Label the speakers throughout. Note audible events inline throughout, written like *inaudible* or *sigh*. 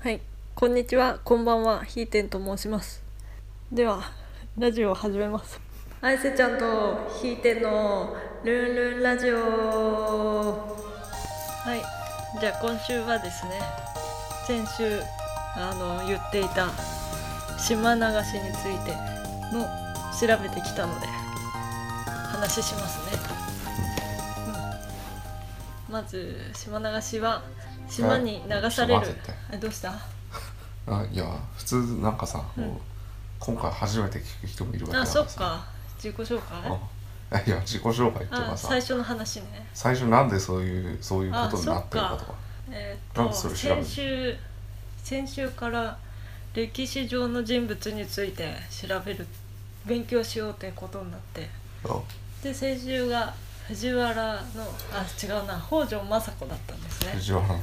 Speaker 1: はい、こんにちは、こんばんは、ひーてんと申します。では、ラジオを始めます。あいせちゃんとひーてんのルンルンラジオ。はい、じゃあ今週はですね、先週あの言っていた島流しについての調べてきたので話しますね。うんまず島流しは島に流され
Speaker 2: あ
Speaker 1: る
Speaker 2: ちょっと待って。
Speaker 1: えどうした？
Speaker 2: あいや普通なんかさ、もう今回初めて聞く人もいるわけ
Speaker 1: あ、
Speaker 2: だか
Speaker 1: そ
Speaker 2: ら
Speaker 1: っ
Speaker 2: さ
Speaker 1: か。自己紹介。
Speaker 2: あいや自己紹介っていう
Speaker 1: あ、
Speaker 2: かさ
Speaker 1: 最初の話ね。
Speaker 2: 最初なんでそういうそういうことになってるかとか
Speaker 1: えー
Speaker 2: なん
Speaker 1: っ
Speaker 2: でそ
Speaker 1: と
Speaker 2: れ調べる
Speaker 1: 先週先週から歴史上の人物について調べる勉強しようってことになって、で先週が藤原のあ違うな北条政子だったんです
Speaker 2: あ
Speaker 1: ね。
Speaker 2: 藤原あ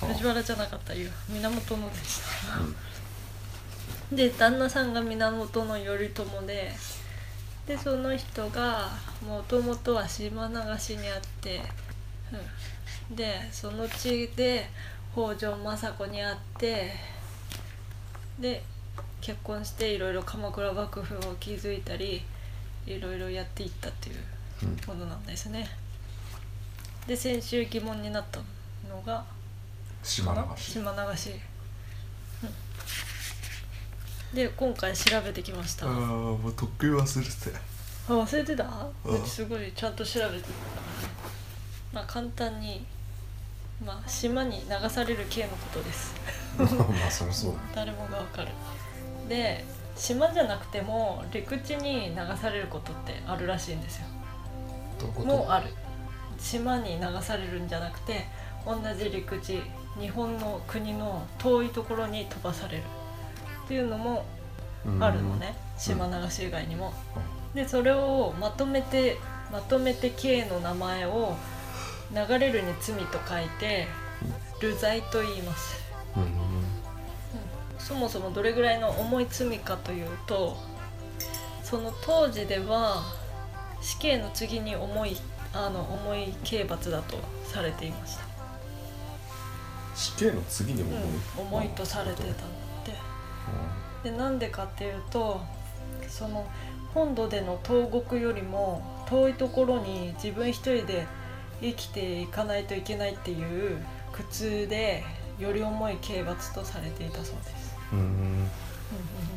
Speaker 2: そう
Speaker 1: 藤原じゃなかったよ源のでした。
Speaker 2: うん
Speaker 1: で旦那さんが源頼朝ででその人がもともとは島流しにあって、うん、でその地で北条政子に会ってで結婚していろいろ鎌倉幕府を築いたりいろいろやっていったという
Speaker 2: うん
Speaker 1: ものなんですね。で先週疑問になったのが
Speaker 2: 島流し
Speaker 1: 島流し、うん、で今回調べてきました、
Speaker 2: あー
Speaker 1: あ
Speaker 2: もうとっくに忘れてたよ
Speaker 1: 忘れてた、
Speaker 2: うん
Speaker 1: すごいちゃんと調べてたからねまあ簡単にまあ島に流される系のことです
Speaker 2: *laughs* まあそりゃそうだ
Speaker 1: 誰もがわかるで島じゃなくても陸地に流されることってあるらしいんですよ
Speaker 2: どういうこ
Speaker 1: もう
Speaker 2: と
Speaker 1: ある島に流されるんじゃなくて同じ陸地日本の国の遠いところに飛ばされるっていうのも
Speaker 2: うん
Speaker 1: あるのね島流し以外にも。でそれをまとめてまとめて K の名前を流れるに罪と書いて流罪と言います。
Speaker 2: うん
Speaker 1: そもそもどれぐらいの重い罪かというとその当時では死刑の次に重いあの重い刑罰だとされていました、
Speaker 2: 死刑の次にも
Speaker 1: うん、重いとされてたのででなんでかっていうとその本土での投獄よりも遠いところに自分一人で生きていかないといけないっていう苦痛でより重い刑罰とされていたそうです。
Speaker 2: うんうん
Speaker 1: うんうんうん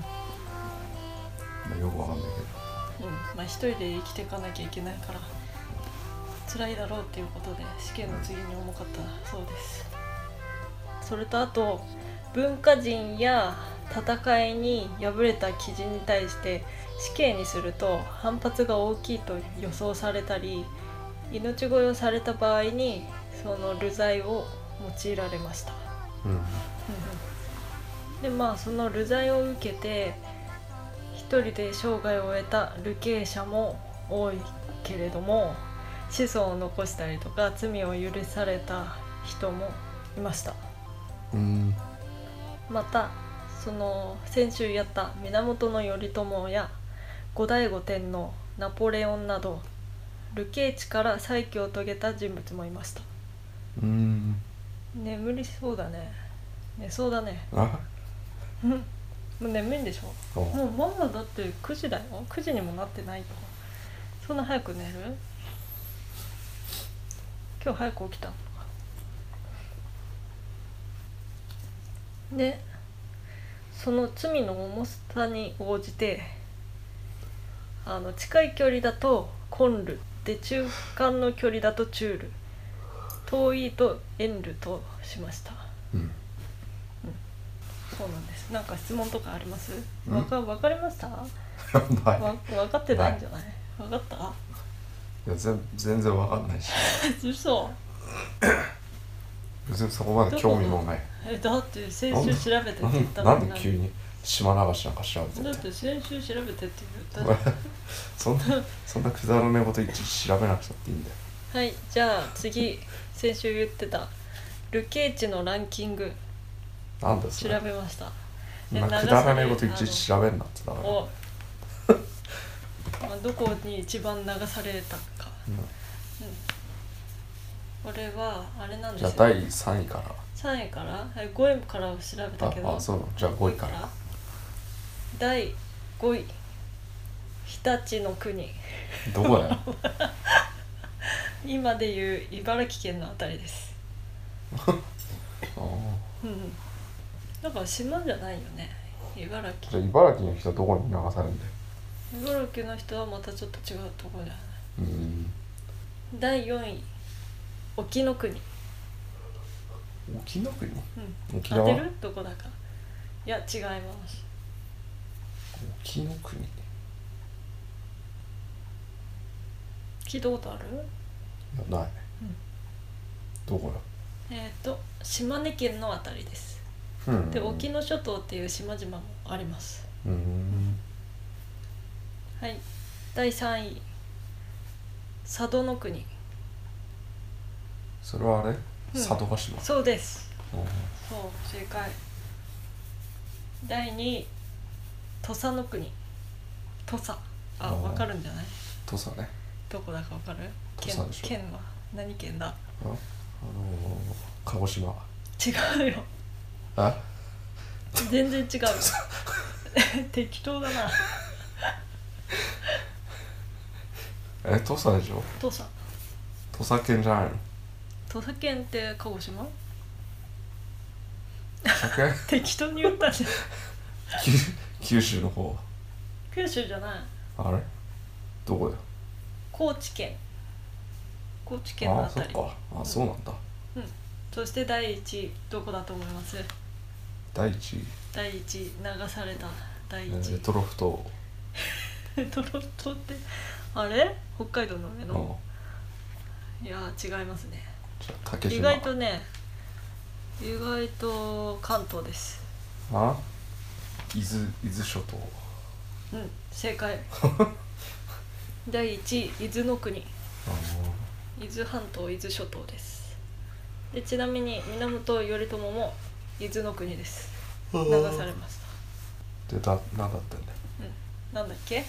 Speaker 2: まあよくわかんない
Speaker 1: うんまあ、一人で生きていかなきゃいけないから辛いだろうっていうことで試験の次に重かったそうですそれとあと文化人や戦いに敗れた記事に対して死刑にすると反発が大きいと予想されたり命乞いをされた場合にその流罪を用いられました
Speaker 2: けどうん
Speaker 1: でまあその流罪を受けて一人で生涯を終えた流刑者も多いけれども子孫を残したりとか罪を許された人もいました
Speaker 2: うん
Speaker 1: またその先週やった源頼朝や後醍醐天皇ナポレオンなど流刑地から再起を遂げた人物もいました
Speaker 2: うん
Speaker 1: 眠りそうだね寝そうだね *laughs*
Speaker 2: あ
Speaker 1: うんもう眠いんでしょ
Speaker 2: お
Speaker 1: もうまだだって9時だよ9時にもなってないよそんな早く寝る今日早く起きたでその罪の重さに応じてあの近い距離だと混ルで中間の距離だと中ル遠いと遠ルとしました
Speaker 2: うん *laughs*
Speaker 1: そうなんですなんか質問とかあります
Speaker 2: うん
Speaker 1: わかわかりました
Speaker 2: ない
Speaker 1: わ分かってないんじゃない分かった
Speaker 2: いや全全然わかんないし
Speaker 1: 嘘
Speaker 2: 別にそこまで興味もない
Speaker 1: えだって先週調べてって
Speaker 2: な
Speaker 1: 言った
Speaker 2: ん
Speaker 1: の
Speaker 2: なんで急に島流しなんか調べ
Speaker 1: だってて
Speaker 2: て
Speaker 1: 先週調べてって言ったの
Speaker 2: そんなそんなくだらないこといちいち調べなくたっていいんだよ
Speaker 1: はいじゃあ次先週言ってた流刑地のランキング
Speaker 2: なんだそ
Speaker 1: 調
Speaker 2: れ
Speaker 1: べました
Speaker 2: そんなくだらないこといちいち調べんなってだから、
Speaker 1: お *laughs* まあどこに一番流されたか
Speaker 2: うん
Speaker 1: うんこれはあれなんで
Speaker 2: じゃあ
Speaker 1: すよ
Speaker 2: 第3位から
Speaker 1: 3位からあ5位からを調べたけど
Speaker 2: ああそうじゃあ5位から
Speaker 1: 第5位日立の国
Speaker 2: どこだよ
Speaker 1: 今でいう茨城県のあたりです
Speaker 2: あー
Speaker 1: うんだから島じゃないよね茨
Speaker 2: じ
Speaker 1: 城
Speaker 2: ゃあ茨城の人はどこに流されるんだよ
Speaker 1: 茨城の人はまたちょっと違うところじゃない
Speaker 2: うん
Speaker 1: 第4位沖の国、
Speaker 2: 沖縄国
Speaker 1: うん、
Speaker 2: 沖
Speaker 1: 当
Speaker 2: 縄
Speaker 1: てるどこだかいや違います
Speaker 2: 沖縄国い
Speaker 1: 聞いたことある
Speaker 2: やない、
Speaker 1: うん
Speaker 2: どこ
Speaker 1: えっ、と島根県のあたりです
Speaker 2: だうん
Speaker 1: で沖縄諸島っていう島々もあります
Speaker 2: うん
Speaker 1: はい第3位佐渡の国
Speaker 2: それはあれ
Speaker 1: ん
Speaker 2: 佐渡島、
Speaker 1: そうです
Speaker 2: うん
Speaker 1: そう正解第2位土佐の国土佐あ
Speaker 2: あー
Speaker 1: わかるんじゃない
Speaker 2: 土佐ね
Speaker 1: どこだかわかる
Speaker 2: 土
Speaker 1: 県
Speaker 2: 佐でしょ
Speaker 1: 県は何県だ
Speaker 2: あ、あのー、鹿児島
Speaker 1: 違う
Speaker 2: *laughs*
Speaker 1: よ
Speaker 2: あ
Speaker 1: 全然違う *laughs* 適当だな
Speaker 2: え土佐でしょ
Speaker 1: 土佐
Speaker 2: 土佐県じゃない
Speaker 1: *laughs*
Speaker 2: の
Speaker 1: 土佐県って鹿児島
Speaker 2: 土佐県
Speaker 1: 適当に言ったじゃん
Speaker 2: 九 *laughs* 九州の方
Speaker 1: 九州じゃない
Speaker 2: あれどこだよ
Speaker 1: 高知県高知県のあ
Speaker 2: あそ
Speaker 1: た
Speaker 2: っ
Speaker 1: り
Speaker 2: かあそうなんだ
Speaker 1: そして第1位どこだと思います
Speaker 2: 第一位
Speaker 1: 第1位流された第
Speaker 2: え
Speaker 1: 1位
Speaker 2: ー、トロフト
Speaker 1: *laughs* トロントってあれ北海道の上
Speaker 2: うん
Speaker 1: の、いやー違いますね
Speaker 2: じゃあ竹島
Speaker 1: 意外とね意外と関東です
Speaker 2: あ伊豆伊豆諸島
Speaker 1: うん正解第1位伊豆の国伊
Speaker 2: あの
Speaker 1: 豆半島伊豆諸島ですでちなみに源頼朝も伊豆の国です流されました
Speaker 2: でだなんだったんだよ
Speaker 1: なんだっけ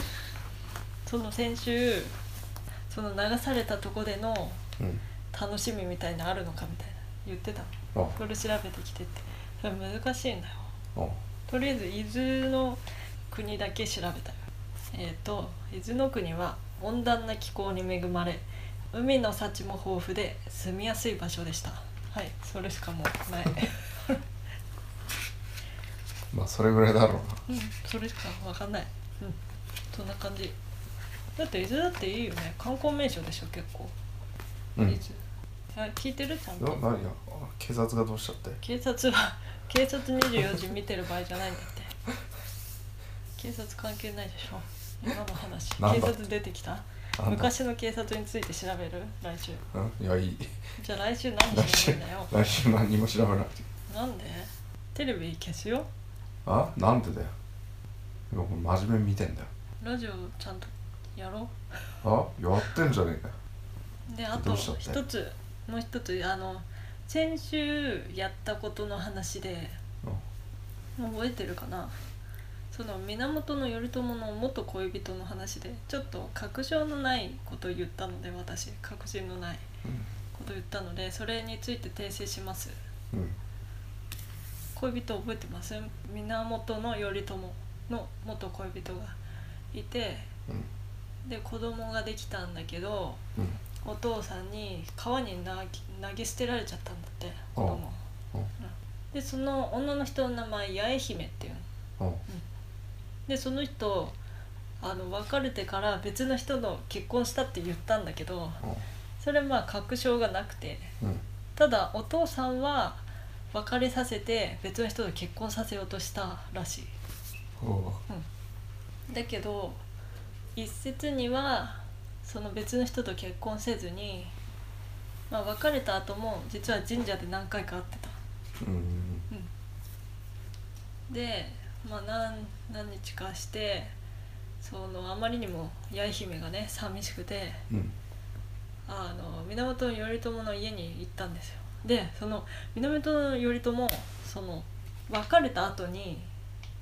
Speaker 1: *laughs* その先週その流されたとこでの
Speaker 2: うん
Speaker 1: 楽しみみたいなあるのかみたいな言ってたの
Speaker 2: あ
Speaker 1: これ調べてきてってそれ難しいんだよ
Speaker 2: あ
Speaker 1: とりあえず伊豆の国だけ調べたよえっ、と伊豆の国は温暖な気候に恵まれ海の幸も豊富で住みやすい場所でしたはいそれしかもうない
Speaker 2: まあそれぐらいだろうな
Speaker 1: うんそれしかわかんないうんそんな感じだって伊豆だっていいよね観光名所でしょ結構、
Speaker 2: うん
Speaker 1: 伊豆あ聞いてるちゃんと
Speaker 2: な何やあ警察がどうしちゃって
Speaker 1: 警察は *laughs* 警察24時見てる場合じゃないんだって警察関係ないでしょ今の話
Speaker 2: なん
Speaker 1: 警
Speaker 2: だ
Speaker 1: 察出てきた
Speaker 2: あんだ
Speaker 1: 昔の警察について調べる来週
Speaker 2: うんいやいい
Speaker 1: じゃあ来週
Speaker 2: 来
Speaker 1: 何して
Speaker 2: 週
Speaker 1: るんだよ
Speaker 2: 来週何も調べなくていい
Speaker 1: なんでテレビ消すよ
Speaker 2: あなんでだよ今これ真面目に見てんだよ
Speaker 1: ラジオちゃんとやろ
Speaker 2: あやってんじゃねえかよ
Speaker 1: うであ
Speaker 2: ど
Speaker 1: と
Speaker 2: うしたって
Speaker 1: 一つもう一つあの先週やったことの話で覚えてるかなその源頼朝の元恋人の話でちょっと確証のないことを言ったので私確信のないことを言ったのでそれについて訂正します
Speaker 2: うんうん
Speaker 1: 恋人覚えてます源頼朝の元恋人がいて
Speaker 2: うん
Speaker 1: で子供ができたんだけど
Speaker 2: うん
Speaker 1: お父さんに川に投げ投げ捨てられちゃったんだって子供
Speaker 2: おうおう
Speaker 1: うんでその女の人の名前八重姫っていうの
Speaker 2: うん
Speaker 1: でその人あの別れてから別の人の結婚したって言ったんだけどそれまあ確証がなくて
Speaker 2: うん
Speaker 1: ただお父さんは別れさせて別の人と結婚させようとしたらし
Speaker 2: うんおう
Speaker 1: いだけど一説にはその別の人と結婚せずに、まあ、別れた後も実は神社で何回か会ってた
Speaker 2: うん
Speaker 1: で、まあ、何何日かしてそのあまりにも八重姫がね寂しくて
Speaker 2: うん
Speaker 1: あの源頼朝の家に行ったんですよでその源頼朝その別れた後に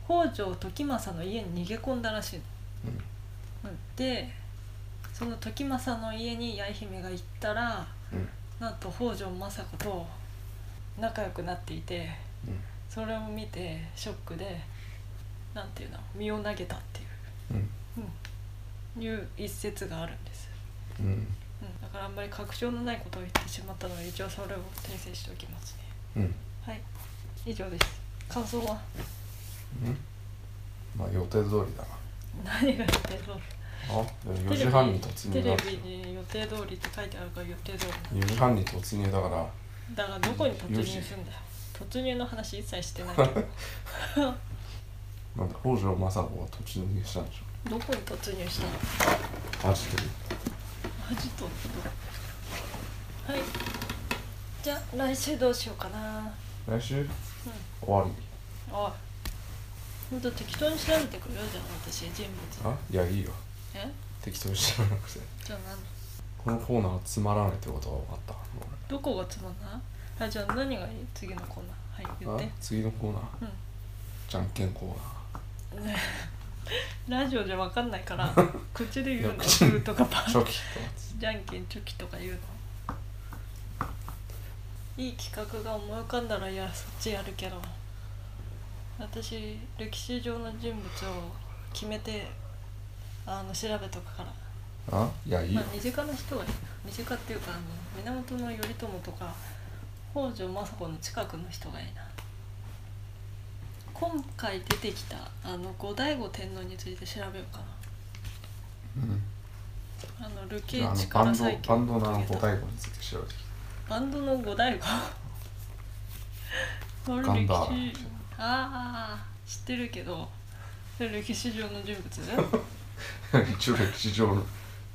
Speaker 1: 北条時政の家に逃げ込んだらしいの
Speaker 2: うん
Speaker 1: うんでその時政の家に八重姫が行ったら
Speaker 2: うん
Speaker 1: なんと北条政子と仲良くなっていて
Speaker 2: うん
Speaker 1: それを見てショックでなんていうの身を投げたってい
Speaker 2: うん
Speaker 1: う、うん、いう一節があるんです、
Speaker 2: うん
Speaker 1: うん、だからあんまり確証のないことを言ってしまったので一応それを訂正しておきますね
Speaker 2: うん
Speaker 1: はい以上です感想は
Speaker 2: うんまあ予定通りだな
Speaker 1: 何が予定通
Speaker 2: あ
Speaker 1: り
Speaker 2: 4時半に突入
Speaker 1: テレ
Speaker 2: だ
Speaker 1: ビテレビに予定通りって書いてあるから予定通り
Speaker 2: 4時半に突入だから
Speaker 1: だからどこに突入するんだよ突入の話一切して
Speaker 2: *laughs*
Speaker 1: ないけど
Speaker 2: なんだ北条政子が突入したんでし
Speaker 1: どこに突入したの
Speaker 2: ょアジトに
Speaker 1: マジとはいじゃあ来週どうしようかな
Speaker 2: 来週終わり
Speaker 1: おいほんと適当に調べてくれよじゃあ私人物
Speaker 2: あいやいいよ
Speaker 1: え
Speaker 2: 適当に調べなくて
Speaker 1: じゃあ何
Speaker 2: このコーナーはつまらないってことは分かったも
Speaker 1: どこがつまんないあじゃあ何がいい次のコーナーはい言
Speaker 2: う
Speaker 1: っ
Speaker 2: 俺
Speaker 1: て
Speaker 2: あ次のコーナー
Speaker 1: うん
Speaker 2: じゃんけんコーナ
Speaker 1: ねラジオじゃ分かんないから *laughs* 口で言う
Speaker 2: い
Speaker 1: の
Speaker 2: や
Speaker 1: グーとかパ *laughs*
Speaker 2: ー
Speaker 1: ー
Speaker 2: 初期と
Speaker 1: じゃんけんチョキとか言うのいい企画が思い浮かんだらいやそっちやるけど私歴史上の人物を決めてあの調べとくから
Speaker 2: あいやいい
Speaker 1: ま
Speaker 2: よ
Speaker 1: あ身近な人がいい身近っていうかあの源頼朝とか北条政子の近くの人がいいな今回出てきたあの後醍醐天皇について調べようか
Speaker 2: うん
Speaker 1: なあの流刑
Speaker 2: じゃああの
Speaker 1: 地か
Speaker 2: バ
Speaker 1: ら
Speaker 2: ンド
Speaker 1: 最強
Speaker 2: バンドのあの
Speaker 1: 遂げ
Speaker 2: 五
Speaker 1: た
Speaker 2: 醍醐について調べてき
Speaker 1: バンドの五
Speaker 2: *laughs*
Speaker 1: 醍醐それ
Speaker 2: ガン
Speaker 1: 歴
Speaker 2: ダーラ
Speaker 1: 史ああ知ってるけどそれ歴史上の人物
Speaker 2: た *laughs* 一応歴史上の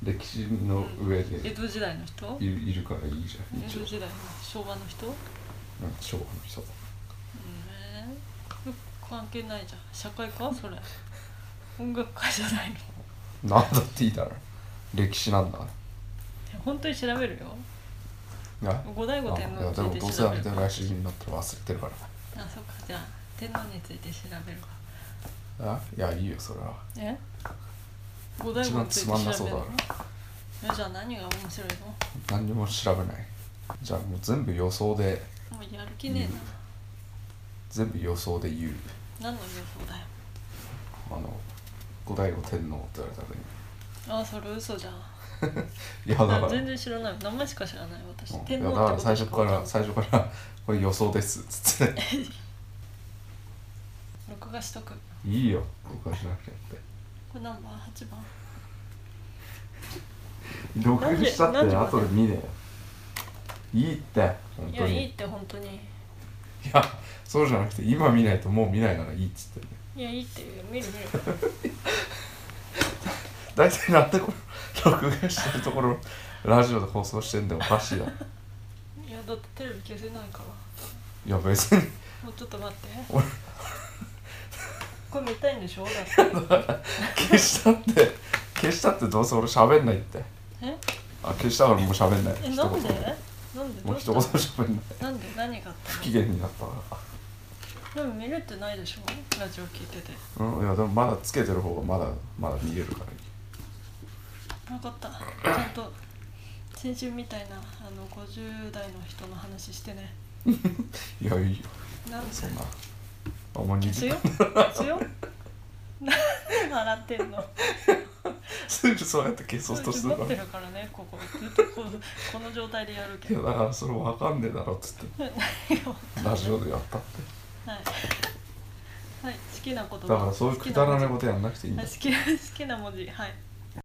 Speaker 2: 歴史の上
Speaker 1: 江
Speaker 2: で
Speaker 1: 戸時代の人
Speaker 2: いるいるからいいじゃん
Speaker 1: 江
Speaker 2: 一応
Speaker 1: 戸、時代の昭和の人うん
Speaker 2: うん、昭和の人
Speaker 1: ね関係ないじゃん社会科それ音楽家じゃないの
Speaker 2: なんだっていいだろ歴史なんだ
Speaker 1: 本当に調べるよ
Speaker 2: あ
Speaker 1: 五醍醐
Speaker 2: あい
Speaker 1: 天皇
Speaker 2: や
Speaker 1: につ
Speaker 2: でも
Speaker 1: い
Speaker 2: どう
Speaker 1: て
Speaker 2: せ
Speaker 1: 調
Speaker 2: あ
Speaker 1: べ
Speaker 2: れ
Speaker 1: る
Speaker 2: で来週になったら忘れてるか
Speaker 1: あそっかじゃあ天皇について調べるから
Speaker 2: あいやいいよそれは
Speaker 1: え五醍
Speaker 2: 一
Speaker 1: 醐
Speaker 2: 番
Speaker 1: につい
Speaker 2: つ
Speaker 1: て
Speaker 2: まんな
Speaker 1: 調
Speaker 2: そう
Speaker 1: べ
Speaker 2: だ
Speaker 1: る
Speaker 2: か
Speaker 1: のえじゃあ何が面白いの
Speaker 2: ら何にも調べないじゃあもう全部予想で
Speaker 1: もうやる気ねえな、
Speaker 2: 全部予想で言う
Speaker 1: 何の予想だよ
Speaker 2: あの後醍醐天皇って言われた時に
Speaker 1: あそれ嘘じゃん
Speaker 2: いやだから
Speaker 1: 全然知らない名前しか知らない私
Speaker 2: うん
Speaker 1: 天
Speaker 2: いや
Speaker 1: 皇
Speaker 2: だ
Speaker 1: って
Speaker 2: から *laughs*
Speaker 1: こ
Speaker 2: 最
Speaker 1: とし
Speaker 2: 初
Speaker 1: か
Speaker 2: か
Speaker 1: わからんない
Speaker 2: 最初からこれ予想ですっつって
Speaker 1: 録画しとくこ
Speaker 2: いいよ録画しなくてもって
Speaker 1: れ何番8番
Speaker 2: 録画したって
Speaker 1: なんでなんで
Speaker 2: 後で見ねえよいいって本
Speaker 1: い
Speaker 2: 当
Speaker 1: や
Speaker 2: に
Speaker 1: いいって本当に
Speaker 2: いやそうじゃなくて今見ないともう見ないからいいっつってんだよ
Speaker 1: いやいいって言うよ見る見る
Speaker 2: 大体なんでこの録画してるところラジオで放送してんでおかしいだろ
Speaker 1: いやだってテレビ消せないから
Speaker 2: いや別に
Speaker 1: もうちょっと待って
Speaker 2: 俺
Speaker 1: これ見たいんでしょだって
Speaker 2: *laughs* 消したって消したってどうせ俺喋んないって
Speaker 1: え
Speaker 2: あ消したからもう喋んない
Speaker 1: えなんで
Speaker 2: 一言
Speaker 1: なんで
Speaker 2: も
Speaker 1: ど
Speaker 2: う
Speaker 1: う
Speaker 2: 一言
Speaker 1: した
Speaker 2: 喋んない
Speaker 1: なんで何があっ
Speaker 2: 不機嫌になったか
Speaker 1: たのでも見れてないでしょラジオ聞いてて
Speaker 2: らうんいやでもまだつけてる方がまだまだ見えるからいい
Speaker 1: 分かったちゃんと先週みたいなあの50代の人の話してね
Speaker 2: いやいいよ
Speaker 1: なんで
Speaker 2: そんなあもう
Speaker 1: 消す
Speaker 2: 20
Speaker 1: よ消すよ何で *laughs* 笑ってんの
Speaker 2: すぐそうやって消そうとする
Speaker 1: 持
Speaker 2: か
Speaker 1: っ
Speaker 2: ら
Speaker 1: てるからねここずっとこうこの状態でやる
Speaker 2: い
Speaker 1: け
Speaker 2: や
Speaker 1: ど
Speaker 2: だからそれわかんねえだろっつって
Speaker 1: はい
Speaker 2: ラジオでやったって
Speaker 1: はい好きなこと
Speaker 2: だからそういうくだらないことやんなくていいんだ
Speaker 1: *laughs* 好きな好きな文字はい